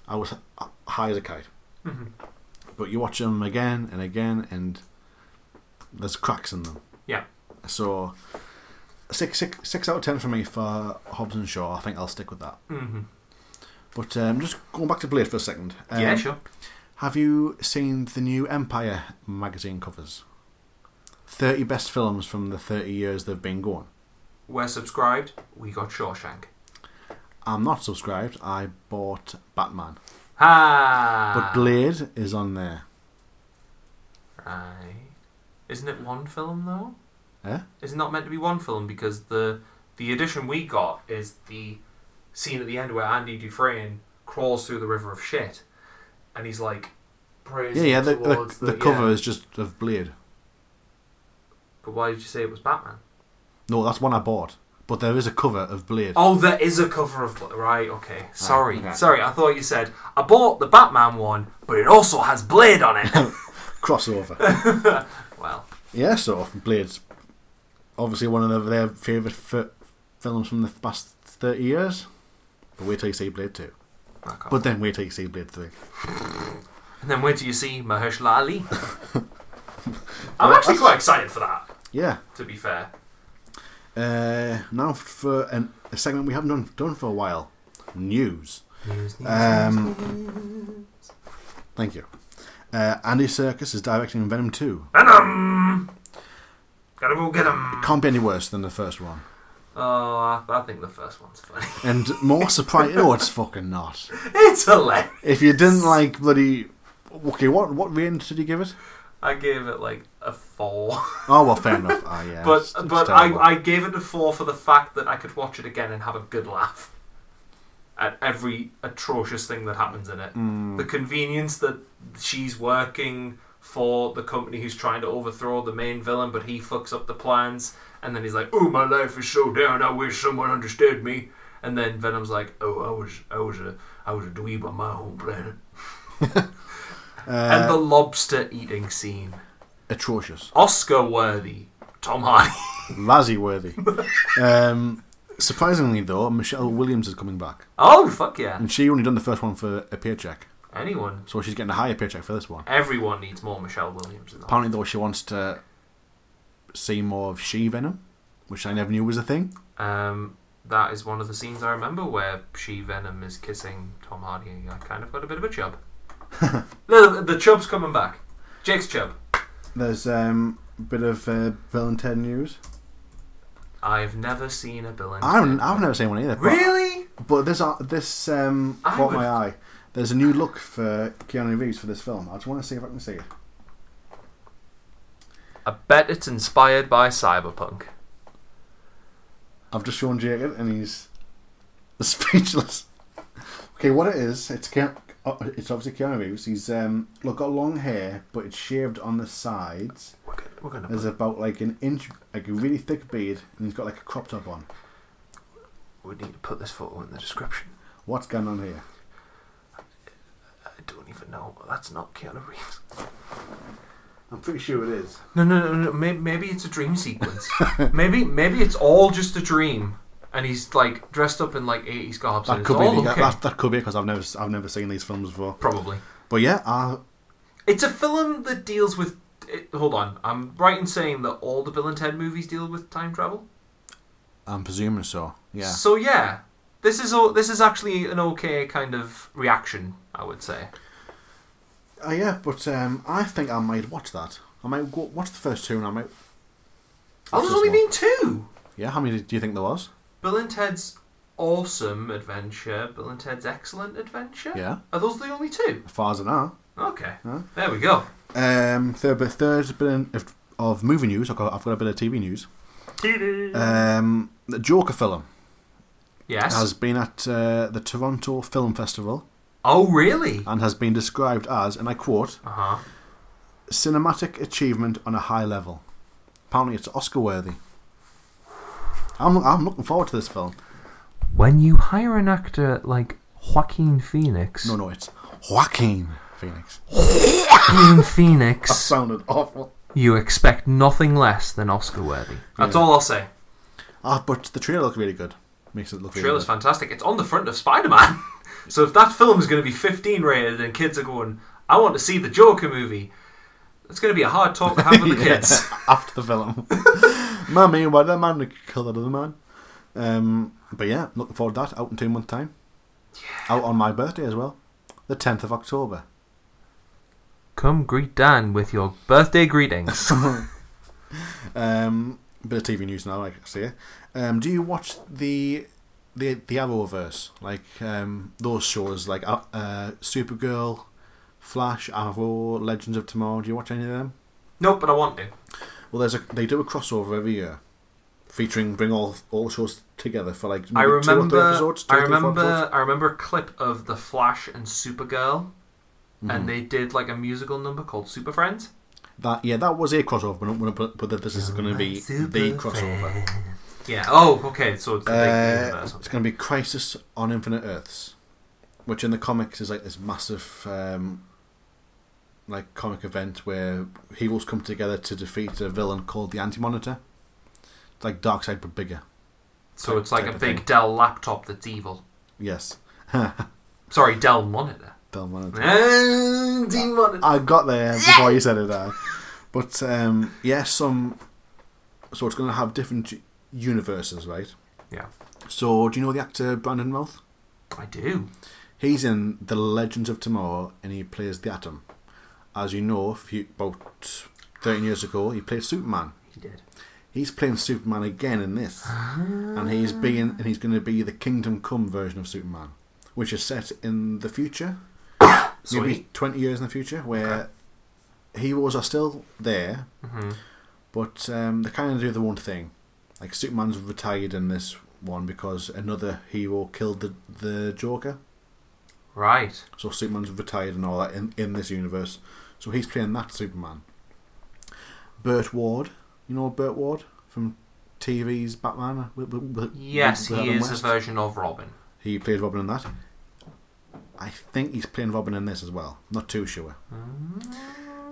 I was h- high as a kite.
Mhm.
But you watch them again and again, and there's cracks in them.
Yeah.
So six six six out of ten for me for Hobbs and Shaw. I think I'll stick with that.
hmm
But um, just going back to Blade for a second. Um,
yeah, sure.
Have you seen the new Empire magazine covers? Thirty best films from the thirty years they've been going.
We're subscribed. We got Shawshank.
I'm not subscribed. I bought Batman.
Ah,
But Blade is on there.
Right. Isn't it one film though?
Eh?
It's not meant to be one film because the the edition we got is the scene at the end where Andy Dufresne crawls through the river of shit, and he's like, praising
yeah, yeah. The,
towards
the, the cover
yeah.
is just of Blade.
But why did you say it was Batman?
No, that's one I bought. But there is a cover of Blade.
Oh, there is a cover of Bla- right. Okay, sorry,
okay.
sorry. I thought you said I bought the Batman one, but it also has Blade on
[LAUGHS]
it. [LAUGHS]
Crossover.
well,
yeah, so Blade's obviously one of their, their favourite f- films from the past 30 years. But wait till you see Blade 2.
I can't-
But then wait till you see Blade 3.
and then where do you see
[LAUGHS]
Mahershala Ali? I'm actually quite excited for that.
Yeah.
To be fair,
Uh, now for an, a segment we haven't done, done for a while news. Um, thank you. Uh, Andy Serkis is directing Venom 2.
Venom. Gotta go get him.
Can't be any worse than the first one.
Oh, I, I think the first one's funny. [LAUGHS]
And more surprise. [LAUGHS] no, it's fucking not.
it's hilarious.
If you didn't like bloody. Okay, what what range did you give it?
I gave it like a four,
Oh, well, fair enough. Ah, yeah.
but
it's- it's
but I,
terrible.
I gave it a four for the fact that I could watch it again and have a good laugh at every atrocious thing that happens in it. The convenience that she's working for the company who's trying to overthrow the main villain, but he fucks up the plans, and then he's like, "Oh, my life is so down. I wish someone understood me." And then Venom's like, "Oh, I was I was a I was a dweeb on my home planet." and the lobster eating scene,
Atrocious.
Oscar worthy. Tom Hardy.
Razzie worthy. um, surprisingly, though, Michelle Williams is coming back.
Oh fuck yeah!
And she only done the first one for a paycheck.
Anyone,
So she's getting a higher paycheck for this one.
everyone needs more Michelle Williams. In that.
Apparently, though, she wants to see more of She Venom, which I never knew was a thing.
Um, that is one of the scenes I remember where she Venom is kissing Tom Hardy. and I kind of got a bit of
[LAUGHS]
a chub. the, the chub's coming back. Jake's chub.
There's um, a bit of uh, Bill and Ted news.
I've never seen a Bill and
I haven't,
Ted.
I've never seen one either. but-
Really?
But this uh, this um,
I
caught
would-
my eye. There's a new look for Keanu Reeves for this film. I just want to see if I can see it.
I bet it's inspired by Cyberpunk.
I've just shown Jacob, and he's [LAUGHS] speechless. Okay, what it is? It's Keanu, it's obviously Keanu Reeves. He's um, look got long hair, but it's shaved on the sides.
We're gonna, we're gonna
There's
put,
about like an inch, like a really thick beard, and he's got like a crop top on.
we need to put this photo in the description.
What's going on here?
I don't even know. That's not Keanu Reeves.
I'm pretty sure it is.
No, no, no, no. Maybe, maybe it's a dream sequence. [LAUGHS] maybe, maybe it's all just a dream, and he's like dressed up in like eighties garbs.
That
and
could
it's
be
all
that,
okay.
that, that could be because I've never I've never seen these films before.
Probably.
But yeah, I,
It's a film that deals with. It, hold on, I'm right in saying that all the Bill and Ted movies deal with time travel.
I'm presuming so. Yeah.
So yeah, this is o- this is actually an okay kind of reaction, I would say.
Uh, yeah, but um, I think I might watch that. I might go, watch the first two, and I might. watch
Oh, there's
this
only
one.
been two.
Yeah, how many do you think there was?
Bill and Ted's Awesome Adventure, Bill and Ted's Excellent Adventure.
Yeah,
Are those the only two?
as far as I know.
Okay.
Huh?
There we go.
Um, third, bit- third bit of, of movie news. I've got, I've got a bit of TV news. Um, the Joker film
yes.
has been at uh, the Toronto Film Festival
oh, really?
and has been described as, and I quote,
Uh huh.
cinematic achievement on a high level. Apparently, it's Oscar worthy. I'm, I'm looking forward to this film.
When you hire an actor like Joaquin Phoenix,
No, no, it's Joaquin [LAUGHS] Phoenix. [LAUGHS]
Joaquin Phoenix,
Sounded awful.
you expect nothing less than Oscar worthy. That's
Yeah.
all I'll say.
Ah, but the trailer looked really good. Makes it look really
trailer's
good.
fantastic. It's on the front of Spider Man. [LAUGHS] so if that film is going to be 15 rated and kids are going, I want to see the Joker movie, that's going to be a hard talk to
[LAUGHS]
have with the
Yeah,
kids.
after the film. [LAUGHS] Mummy, why did that man kill that other man? Um, but yeah, looking forward to that. Out in two months' time. Out on my birthday as well. The 10th of October.
Come greet Dan with your birthday
[LAUGHS]
greetings.
Um, bit of TV news now, like I see it. Um, do you watch the the the Arrowverse, like um, those shows, like uh, uh, Supergirl, Flash, Arrow, Legends of Tomorrow? Do you watch any of them?
nope, but I want to.
Well, there's a they do a crossover every year, featuring bring all all the shows together for like
I
maybe two or three
remember.
episodes. two
I
or three, four
remember.
episodes.
I remember a clip of the Flash and Supergirl,
Mm-hmm.
and they did like a musical number called Super Friends.
that. Yeah, that was a crossover, but, but- but, but this is going to be the crossover.
Yeah. Oh, okay. So it's the big
Uh,
universe.
it's going to be Crisis on Infinite Earths, which in the comics is like this massive, um, like comic event where heroes come together to defeat a villain called the Anti Monitor. It's like Darkseid but bigger.
So it's like
type
a
of
big
thing.
Dell laptop that's evil.
Yes,
Sorry,
[LAUGHS]
Dell monitor.
Del Monitor.
And demonitor.
I got there before you said it. Uh. But um, yeah, some. So it's going to have different u- universes, right?
Yeah,
So do you know the actor Brandon Routh?
I do.
He's in The Legends of Tomorrow, and he plays the Atom. As you know, a few, about thirteen years ago, he played Superman.
He did.
He's playing Superman again in this, and he's being and he's going to be the Kingdom Come version of Superman, which is set in the future. maybe
Sweet.
20 years in the future where heroes are still there
mm-hmm.
but um, they kind of do their own thing like Superman's retired in this one because another hero killed the, the Joker
Right.
so Superman's retired and all that in, in this universe so he's playing that Superman Burt Ward you know Burt Ward from TV's Batman with, with, with-
Yes,
with
he
Adam
is a
West?
version of Robin.
he plays Robin in that I think he's playing Robin in this as well not too sure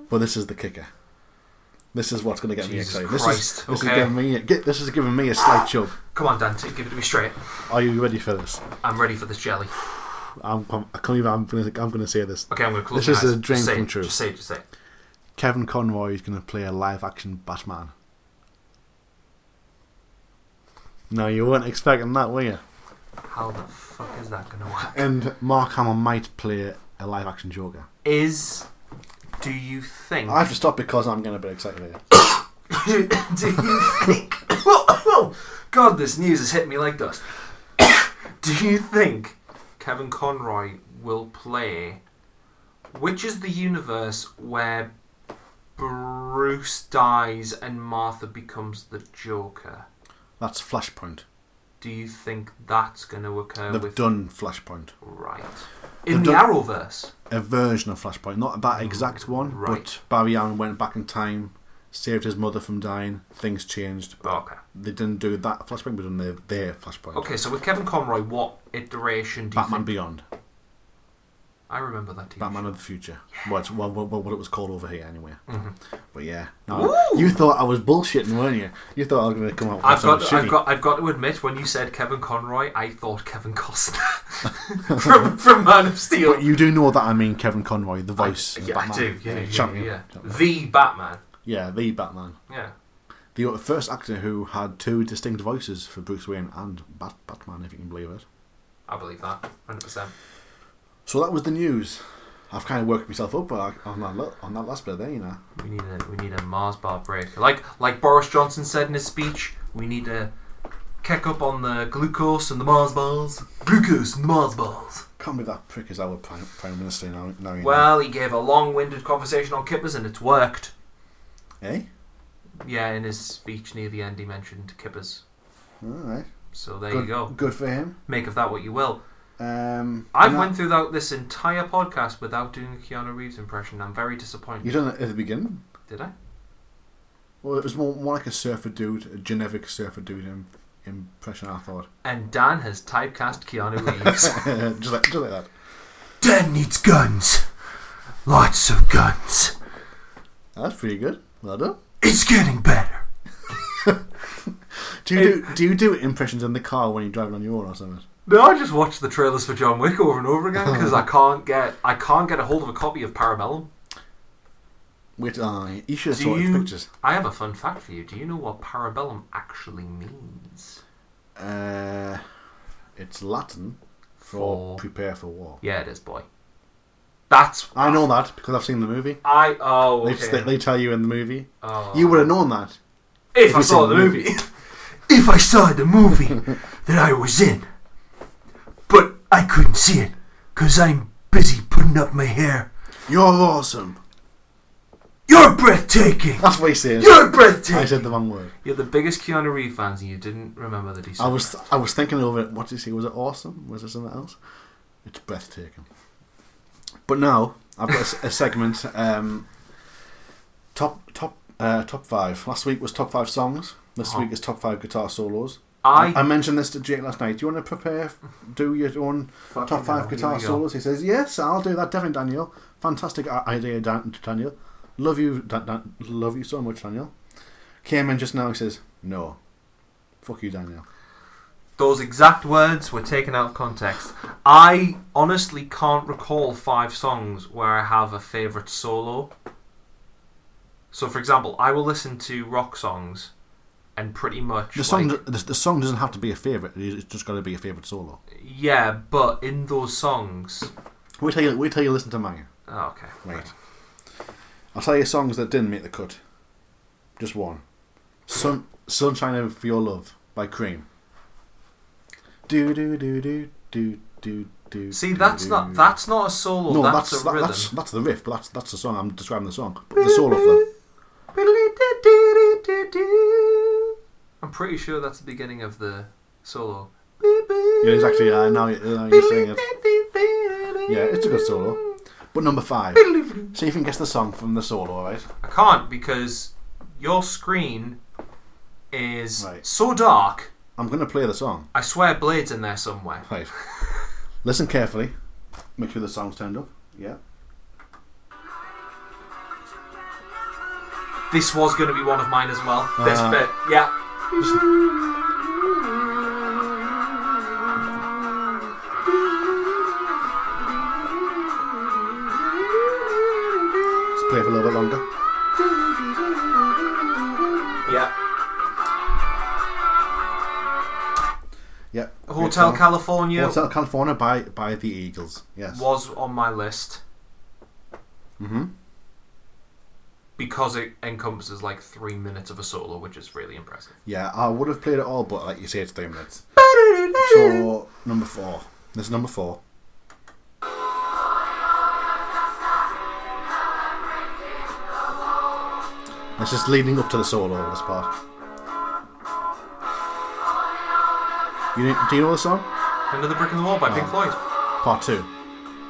But this is the kicker. This is what's going to get
Mm. Jesus
me excited. This, is,
Christ,
this
okay.
is giving me get, this is giving me a slight chub.
Come on, Dan, t- give it to me straight.
Are you ready for this?
I'm ready for this jelly.
I'm, com- I can't even. I'm going to. I'm going to say this.
Okay, I'm going to close
This
my
is
eyes.
a dream
Just say
come
it,
true.
Just say it, just say it.
Kevin Conroy is going to play a live-action Batman. No, you weren't expecting that, were you?
How the fuck is that going to work?
And Mark Hamill might play a live-action Joker.
Is. Do you think.
I have to stop because I'm going to be excited. Here.
[LAUGHS] do you think? Whoa, whoa. God, this news has hit me like dust. [COUGHS] do you think Kevin Conroy will play? Which is the universe where Bruce dies and Martha becomes the Joker?
That's Flashpoint.
Do you think that's going to occur
They've
with
done Flashpoint,
right in the
They've done-
Arrowverse?
a version of Flashpoint, not that exact one.
Mm, Right.
But Barry Allen went back in time, saved his mother from dying. Things changed.
Oh, Okay.
They didn't do that Flashpoint, but done their, their Flashpoint.
Okay, so with Kevin Conroy, what iteration do you
Batman
think?
Beyond,
I remember that TV.
Batman of the Future. Well, it's- well, well, what it was called over here, anyway. But yeah, No,
Mm-hmm. Woo!
you thought I was bullshitting, weren't you? You thought I was going to come out. With
I've
something
got, I've
shitty.
got, I've got to admit, when you said Kevin Conroy, I thought Kevin
[LAUGHS]
Costner [LAUGHS] from, from Man of Steel.
But you do know that I mean Kevin Conroy, the voice. of
yeah, I
Batman.
do. Yeah, yeah,
champion.
yeah, the Batman.
Yeah, the Batman,
Yeah,
the first actor who had two distinct voices for Bruce Wayne and Bat- Batman, if you can believe it.
I believe that, hundred percent.
So that was the news. I've kind of worked myself up uh, on that lo- on that last bit there, you know.
We need a, we need a Mars bar break. Like, like Boris Johnson said in his speech, we need to kick up on the glucose and the Mars bars. Glucose and the Mars bars.
can't believe that prick is our prime, prime minister now. now you know.
Well, he gave a long-winded conversation on kippers, and it's worked.
eh?
Yeah, in his speech near the end, he mentioned kippers.
All right.
So there
good,
you go.
Good for him.
Make of that what you will.
Um,
I've
and that-
went through that, this entire podcast without doing a Keanu Reeves impression. I'm very disappointed.
You done it at the beginning.
Did I?
Well, it was more, more like a surfer dude, a generic surfer dude im- impression. I thought, [LAUGHS]
And Dan has typecast Keanu Reeves.
just like just like that.
Dan needs guns. Lots of guns.
That's pretty good. Well done.
It's getting better.
Do you do, do you do impressions in the car when you're driving on your own or something?
No, I just watch the trailers for John Wick over and
[LAUGHS]
over again because I can't get I can't get a hold of a copy of Parabellum.
Which I you should have
Do
saw his
you-
pictures.
I have a fun fact for you. Do you know what Parabellum actually means?
Uh, it's Latin for
For-
prepare for war.
Yeah, it is, boy. That's
I know that because I've seen the movie.
I oh
They,
okay.
they, they tell you in the movie.
Oh.
You would have known that.
if
I saw the movie.
[LAUGHS] if I saw the movie that I was in, but I couldn't see it because I'm busy putting up my hair.
You're awesome.
You're breathtaking.
That's what he says.
You're
I
breathtaking.
said the wrong word.
You're the biggest Keanu Reeves fans, and you didn't remember that he said.
I was I was thinking over it. What did he say? Was it awesome? Was it something else? It's breathtaking. But now I've got a s- a, segment. Um, top top uh, top five. Last week was top five songs. This
Uh-huh.
week is top five guitar solos.
I,
I mentioned this to Jake last night. Do you want to prepare, do your own
Fucking
top
hell,
five
here
guitar
we go.
solos? He says, "Yes, I'll do that, definitely, Daniel. Fantastic i- idea, Dan- Daniel. Love you, Dan- Dan- love you so much, Daniel." Came in just now. He says, "No, fuck you, Daniel."
Those exact words were taken out of context. I honestly can't recall five songs where I have a favourite solo. So, for example, I will listen to rock songs, and pretty much
The song,
like-
the, the song doesn't have to be a favorite. It's just got to be a favorite solo.
yeah, but in those songs,
Wait till you, wait till you listen to mine.
oh, okay,
Wait, I'll tell you songs that didn't make the cut. Just one. Sun, Sunshine of Your Love by Cream. Do do do do do do do.
See, that's
do,
not
do.
that's not a solo.
No,
that's,
that's
a
that-
rhythm.
that's that's the riff, but that's that's the song. I'm describing the song, but the solo
[LAUGHS]
for that.
I'm pretty sure that's the beginning of the solo.
Yeah, it's actually. Uh, now, you- now you're saying it. Yeah, it's a good solo. But number
[LAUGHS]
five. See if you can guess the song from the solo, alright?
I can't because your screen is
Right.
so dark.
I'm gonna play the song.
I swear, Blade's in there somewhere.
Right. Listen carefully. Make sure the song's turned up. Yeah.
This was going to be one of mine as well. This
Uh,
bit, yeah.
Let's play for a little bit longer.
Yeah.
Yeah. Great
Hotel
song.
California
Hotel California by by the Eagles. Yes.
was on my list
Mm-hmm.
because it encompasses like three minutes of a solo, which is really
[LAUGHS]
impressive.
Yeah, I would have played it all, but like you say, it's three minutes. So number four. This is number four. This is leading up to the solo. This part. You know, do you know the song?
Another Brick in the Wall by
Oh.
Pink Floyd.
Part two.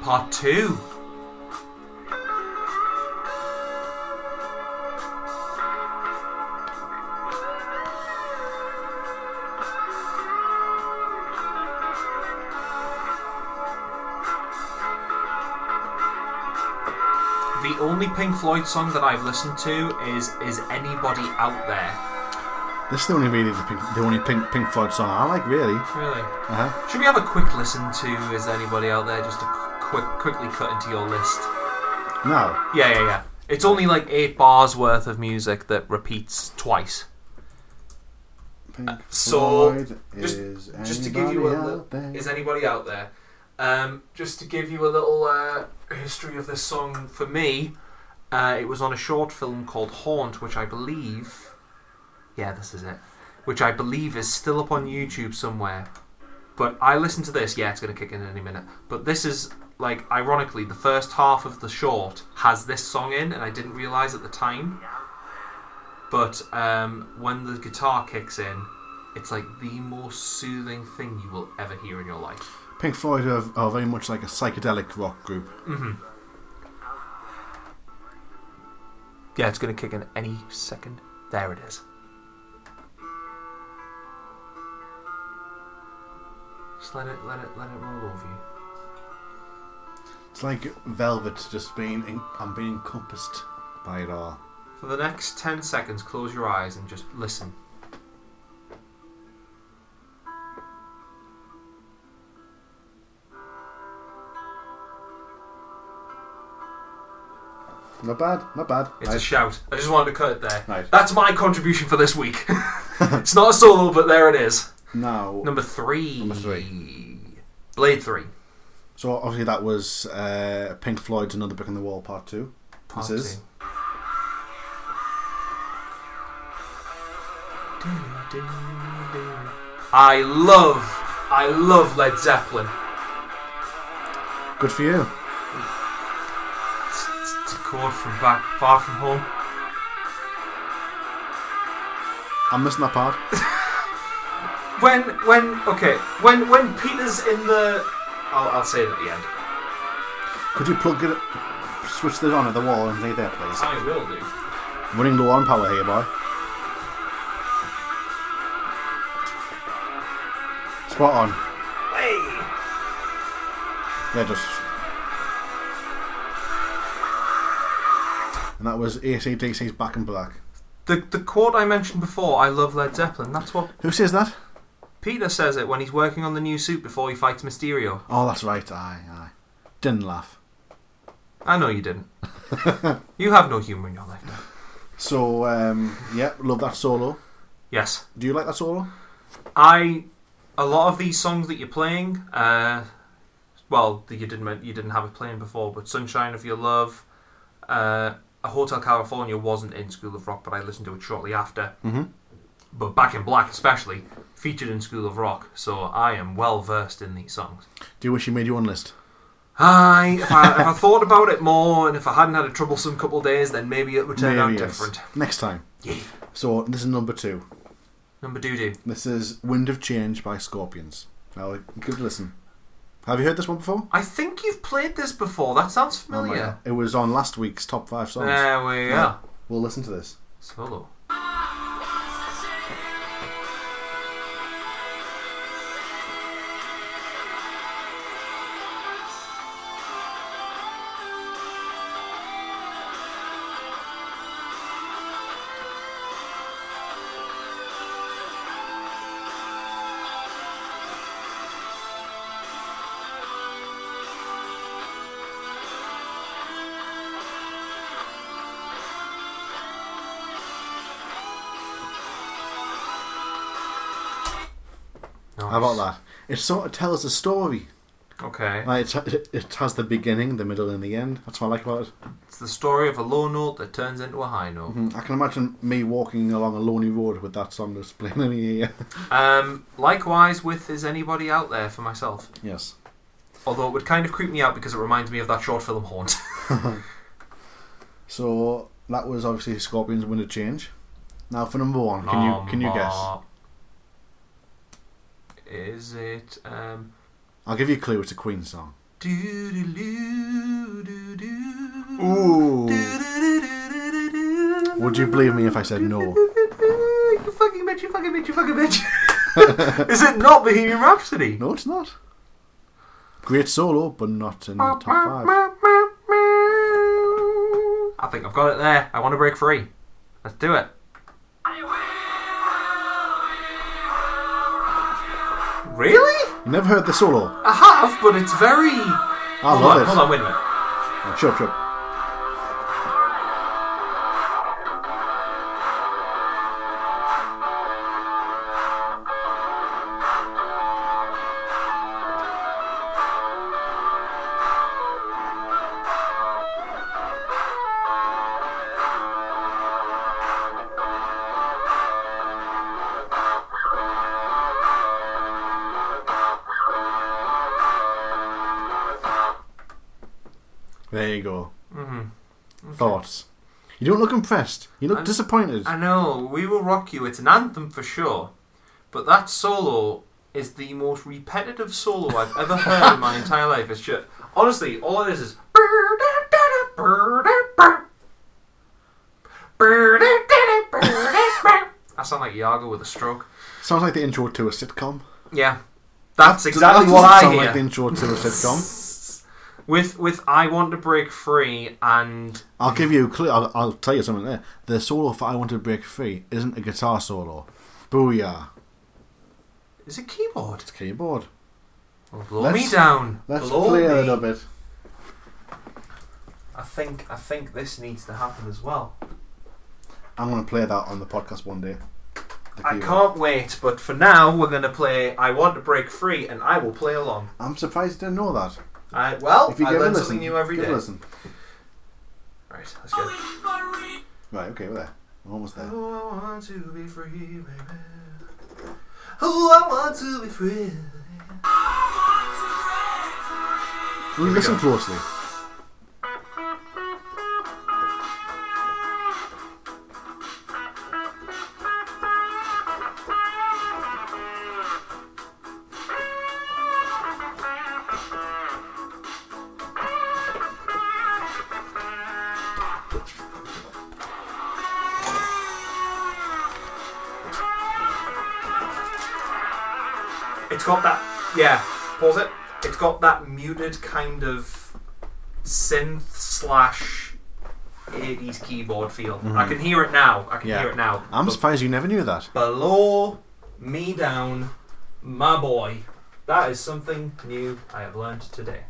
Part two. The only Pink Floyd song that I've listened to is Is Anybody Out There?
This is the only really the, pink, the only Pink Pink Floyd song I like really.
Really?
Uh huh.
Should we have a quick listen to Is Anybody Out There? Just to qu- quick, quickly cut into your list.
Now,
Yeah, yeah, yeah. It's only like eight bars worth of music that repeats twice.
Pink
so,
Floyd
just-
is
Just to give you a
anybody
little,
out there?
is anybody out there? Um, just to give you a little uh, history of this song for me, uh, it was on a short film called Haunt, which I believe, yeah, this is it, which I believe is still up on YouTube somewhere. But I listen to this. Yeah, it's going to kick in any minute. But this is like ironically the first half of the short has this song in, and I didn't realize at the time. But um, when the guitar kicks in, it's like the most soothing thing you will ever hear in your life.
Pink Floyd are, are very much like a psychedelic rock group.
Mm-hmm. Yeah, it's going to kick in any second. There it is. Just let it, let it, let it roll over you.
It's like velvet, just being en- and being encompassed by it all.
For the next 10 seconds, close your eyes and just listen.
Not bad, not bad.
It's a
Nice.
shout. I just wanted to cut it there. [LAUGHS]
Nice.
That's my contribution for this week. [LAUGHS] it's not a solo, but there it is.
now,
Number three.
Number
Blade 3.
so obviously that was uh, Pink Floyd's Another Brick in the Wall Part Two.
Part
This is-
two. I love, I love Led Zeppelin.
Good for you.
It's, it's, it's a chord from back, far from home.
I'm missing that part.
When, when, okay, when, when Peter's in the, I'll, I'll say it at the end.
Could you plug it, switch this on at the wall and play there, please?
I will do.
Running low on power here, boy. Spot on.
Hey,
Yeah, just. And that was ACDC's Back in Black.
the the chord I mentioned before. I love Led Zeppelin. That's what
Who says that?
Peter says it when he's working on the new suit before he fights Mysterio.
Oh, that's right. Aye, aye. Didn't laugh.
I know you didn't. you have no humour in your life now.
So, um, yeah, love that solo.
Yes.
Do you like that solo?
I a lot of these songs that you're playing, uh, well, that you didn't men- you didn't have it playing before, but "Sunshine of Your Love," uh, "A Hotel California" wasn't in School of Rock, but I listened to it shortly after.
Mhm.
But "Back in Black," especially, featured in School of Rock, so I am well versed in these songs.
Do you wish you made your own list?
I if, I if I thought about it more, and if I hadn't had a troublesome couple of days, then maybe it would turn out
Maybe yes.
different.
Next time.
Yeah.
So, this is number two.
Number doo doo.
This is Wind of Change by Scorpions. Now, give it a listen. Have you heard this one before?
I think you've played this before. That sounds
Oh my
familiar.
God. It was on last week's top five songs.
there we
Yeah.
are.
We'll listen to this.
Solo. Nice.
How about that? It sort of tells a story.
Okay.
Like it, it, it has the beginning, the middle, and the end. That's what I like about it.
It's the story of a low note that turns into a high note.
Mm, I can imagine me walking along a lonely road with that song that's playing in the ear. [LAUGHS]
Um, likewise with Is Anybody Out There for myself.
yes.
Although it would kind of creep me out because it reminds me of that short film Haunt.
So that was obviously Scorpions Wind of Change. Now for number one, can you can you guess?
guess? Is it um
I'll give you a clue. It's a Queen song.
doo-doo-doo, doo-doo.
Ooh.
Doo-doo-doo-doo-doo-doo.
Would you believe me if I said no?
Doo-doo-doo-doo-doo. You fucking bitch, you fucking bitch, you fucking bitch. Is it not Bohemian Rhapsody?
No, it's not. Great solo, but not in the top five.
I think I've got it there. I want to break free. Let's do it. Really?
You never heard the solo?
I have, but it's very.
I
hold
love
on,
it.
Hold on, wait a minute.
Shut up, shut up. There you go.
Mhm. Okay.
Thoughts. You don't look impressed. You look
I'm-
disappointed.
I know, We Will Rock You, it's an anthem for sure, but that solo is the most repetitive solo I've ever heard in my entire life. It's just, honestly, all it is is. I sound like Yago with a stroke.
Sounds like the intro to a sitcom.
Yeah, that's
Does-
exactly
that
what
doesn't
I
sound
hear.
like the intro to a sitcom.
With with I want to break free and
I'll give you a clue. I'll, I'll tell you something there. The solo for I Want to Break Free isn't a guitar solo. Booyah.
is it keyboard?
It's keyboard.
Well, blow me
Let's-
down.
Let's
blow
play a
me.
little bit.
I think I think this needs to happen as well.
I'm going to play that on the podcast one day. The
I
keyboard.
can't wait, but for now we're gonna play I Want to Break Free and I will play along.
I'm surprised you didn't know that.
I, well,
If you
I
give it a
learn
listen,
something new every
give it
day.
a listen.
Right, let's go.
Right, okay, we're there. We're almost there.
Oh, I want to be free, baby. Oh, I want to be free. we
listen
go.
closely.
It's got that, yeah. Pause it. It's got that muted kind of synth slash 80s keyboard feel. I can hear it now. I
Mm-hmm.
can
Yeah.
hear it now.
I'm
But
surprised you never knew that.
Below me down, my boy. That is something new I have learned today.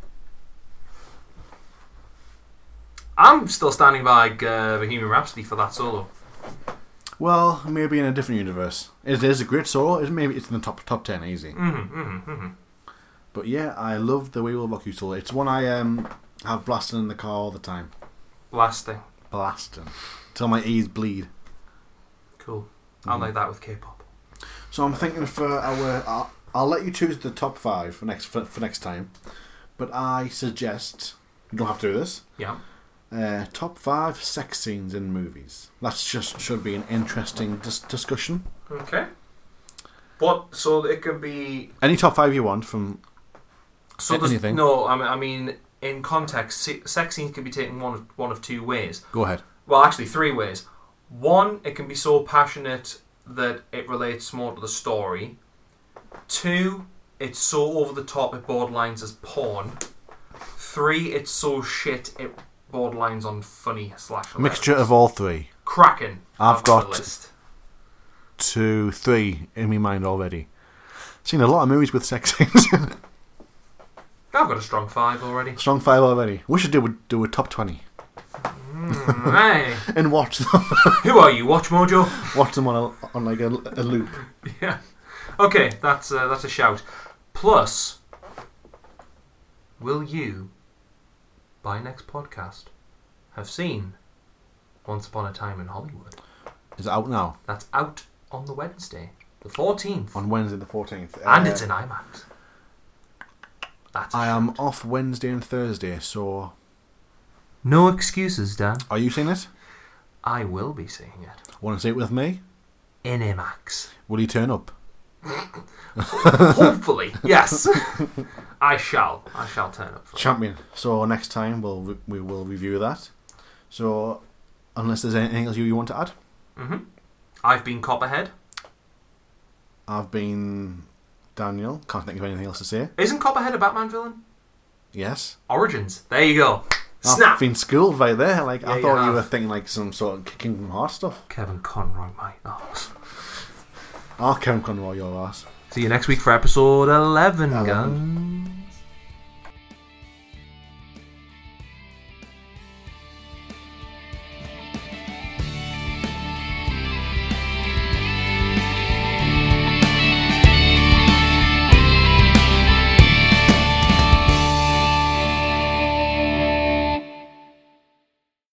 I'm still standing by uh, Bohemian Rhapsody for that solo.
Well, maybe in a different universe. It is a great solo. It maybe it's in the top top ten easy.
Mm-hmm, mm-hmm, mm-hmm.
But yeah, I love the We Will Rock You solo. It's one I um have blasting in the car all the time.
Blasting.
Blasting till my ears bleed.
Cool. I like that with K-pop.
So I'm thinking for our, I'll, I'll let you choose the top five for next for, for next time. But I suggest you don't have to do this.
Yeah.
Uh, top five sex scenes in movies. That's just should be an interesting dis- discussion.
Okay. What? So it can be.
Any top five you want from
So
A-
there's-
anything.
No, I mean, I mean, in context, se- sex scenes can be taken one of, one of two ways.
go ahead.
Well, actually, three ways. One, it can be so passionate that it relates more to the story. Two, it's so over the top it borderlines as porn. Three, it's so shit it borderlines on funny slash hilarious.
Mixture of all three.
Kraken.
I've
on
got-
the list.
Two, three in my mind already. Seen a lot of movies with sex [LAUGHS] scenes.
I've got a strong five already. [LAUGHS]
Strong five already. We should do a, do a top twenty
hey,
and watch them. [LAUGHS]
who are you, Watch Mojo?
watch them on a, on like a, a loop.
Yeah. Okay, that's uh, that's a shout. Plus, will you, by next podcast, have seen Once Upon a Time in Hollywood?
Is it out now
That's out on the Wednesday, the fourteenth,
on Wednesday the fourteenth. Uh,
and it's in IMAX. That's
I am off Wednesday and Thursday, so
no excuses, Dan.
are you seeing it?
I will be seeing it
Want to see it with me? [LAUGHS]
in IMAX.
Will you turn up?
Hopefully, yes. I shall. I shall turn up. For it.
Champion. So next time we'll re- we will review that. So unless there's anything else you, you want to add,
hmm I've been Copperhead.
I've been Daniel. Can't think of anything else to say.
Isn't Copperhead a Batman villain?
Yes.
Origins. There you go.
I've
Snap.
been schooled right there. Like
Yeah,
I
you
thought you
have.
were thinking like some sort of Kingdom Hearts stuff.
Kevin Conroy, Oh, my arse.
I'll count Conroy your ass.
See you next week for episode 11,
Eleven.
guys.